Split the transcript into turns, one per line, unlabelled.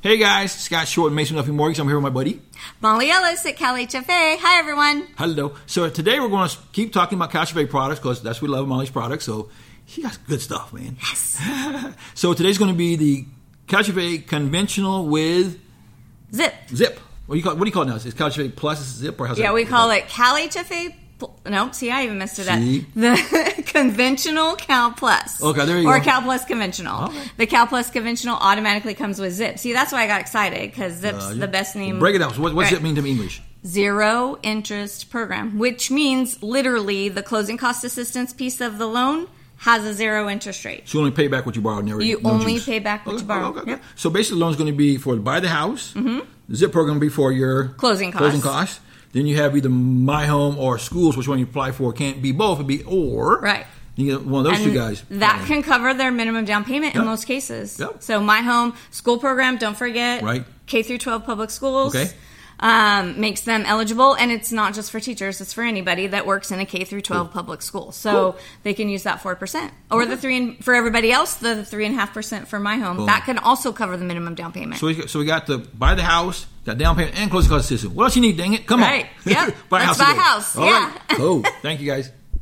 Hey guys, Scott Short, Mason Duffy Mortgage. I'm here with my buddy.
Molly Ellis at Cal HFA. Hi, everyone.
Hello. So today we're going to keep talking about Cachevet products because that's what we love Molly's products. So she got good stuff, man.
Yes.
So today's going to be the Cachevet conventional with
Zip.
zip. What do you call what do you call it now? Is it Cachevet plus zip or how's
Yeah,
that-
we call it Cal HFA. pl- Nope, see, I even missed it up.
See?
The conventional Cal Plus.
Okay, there you
or
go.
Cal Plus Conventional.
Okay.
The Cal Plus Conventional automatically comes with Zip. See, that's why I got excited because Zip's
Uh,
the best name.
Break it down. So what, what's
Right.
zip mean to English?
Zero interest program, which means literally the closing cost assistance piece of the loan has a zero interest rate.
So you only pay back what you borrowed. Never,
You
no
only
juice.
pay back what
Okay,
you borrow.
okay, okay.
Yep. Mm-hmm.
So basically, the loan's going to be for buy the house. The zip program will be for your
Closing
Closing
costs.
costs. Then you have either my home or schools, which one you apply for can't be both. It'd be or
Right.
You get one of those two guys.
That
Yeah.
can cover their minimum down payment in
Yep.
most cases.
Yep.
So my home school program, don't forget,
Right.
K through 12 public schools.
Okay.
Um, makes them eligible, and it's not just for teachers; it's for anybody that works in a K through twelve public school. So
Cool.
they can use that four percent, or the three and, for everybody else, the three and a half percent for my home. That can also cover the minimum down payment.
So we, so we got to buy the house, got down payment, and closing cost assistance. What else you need? Dang it! Come
Right.
on,
Yep. Let's buy
today.
house.
All right.
Yeah.
Cool. Thank you guys.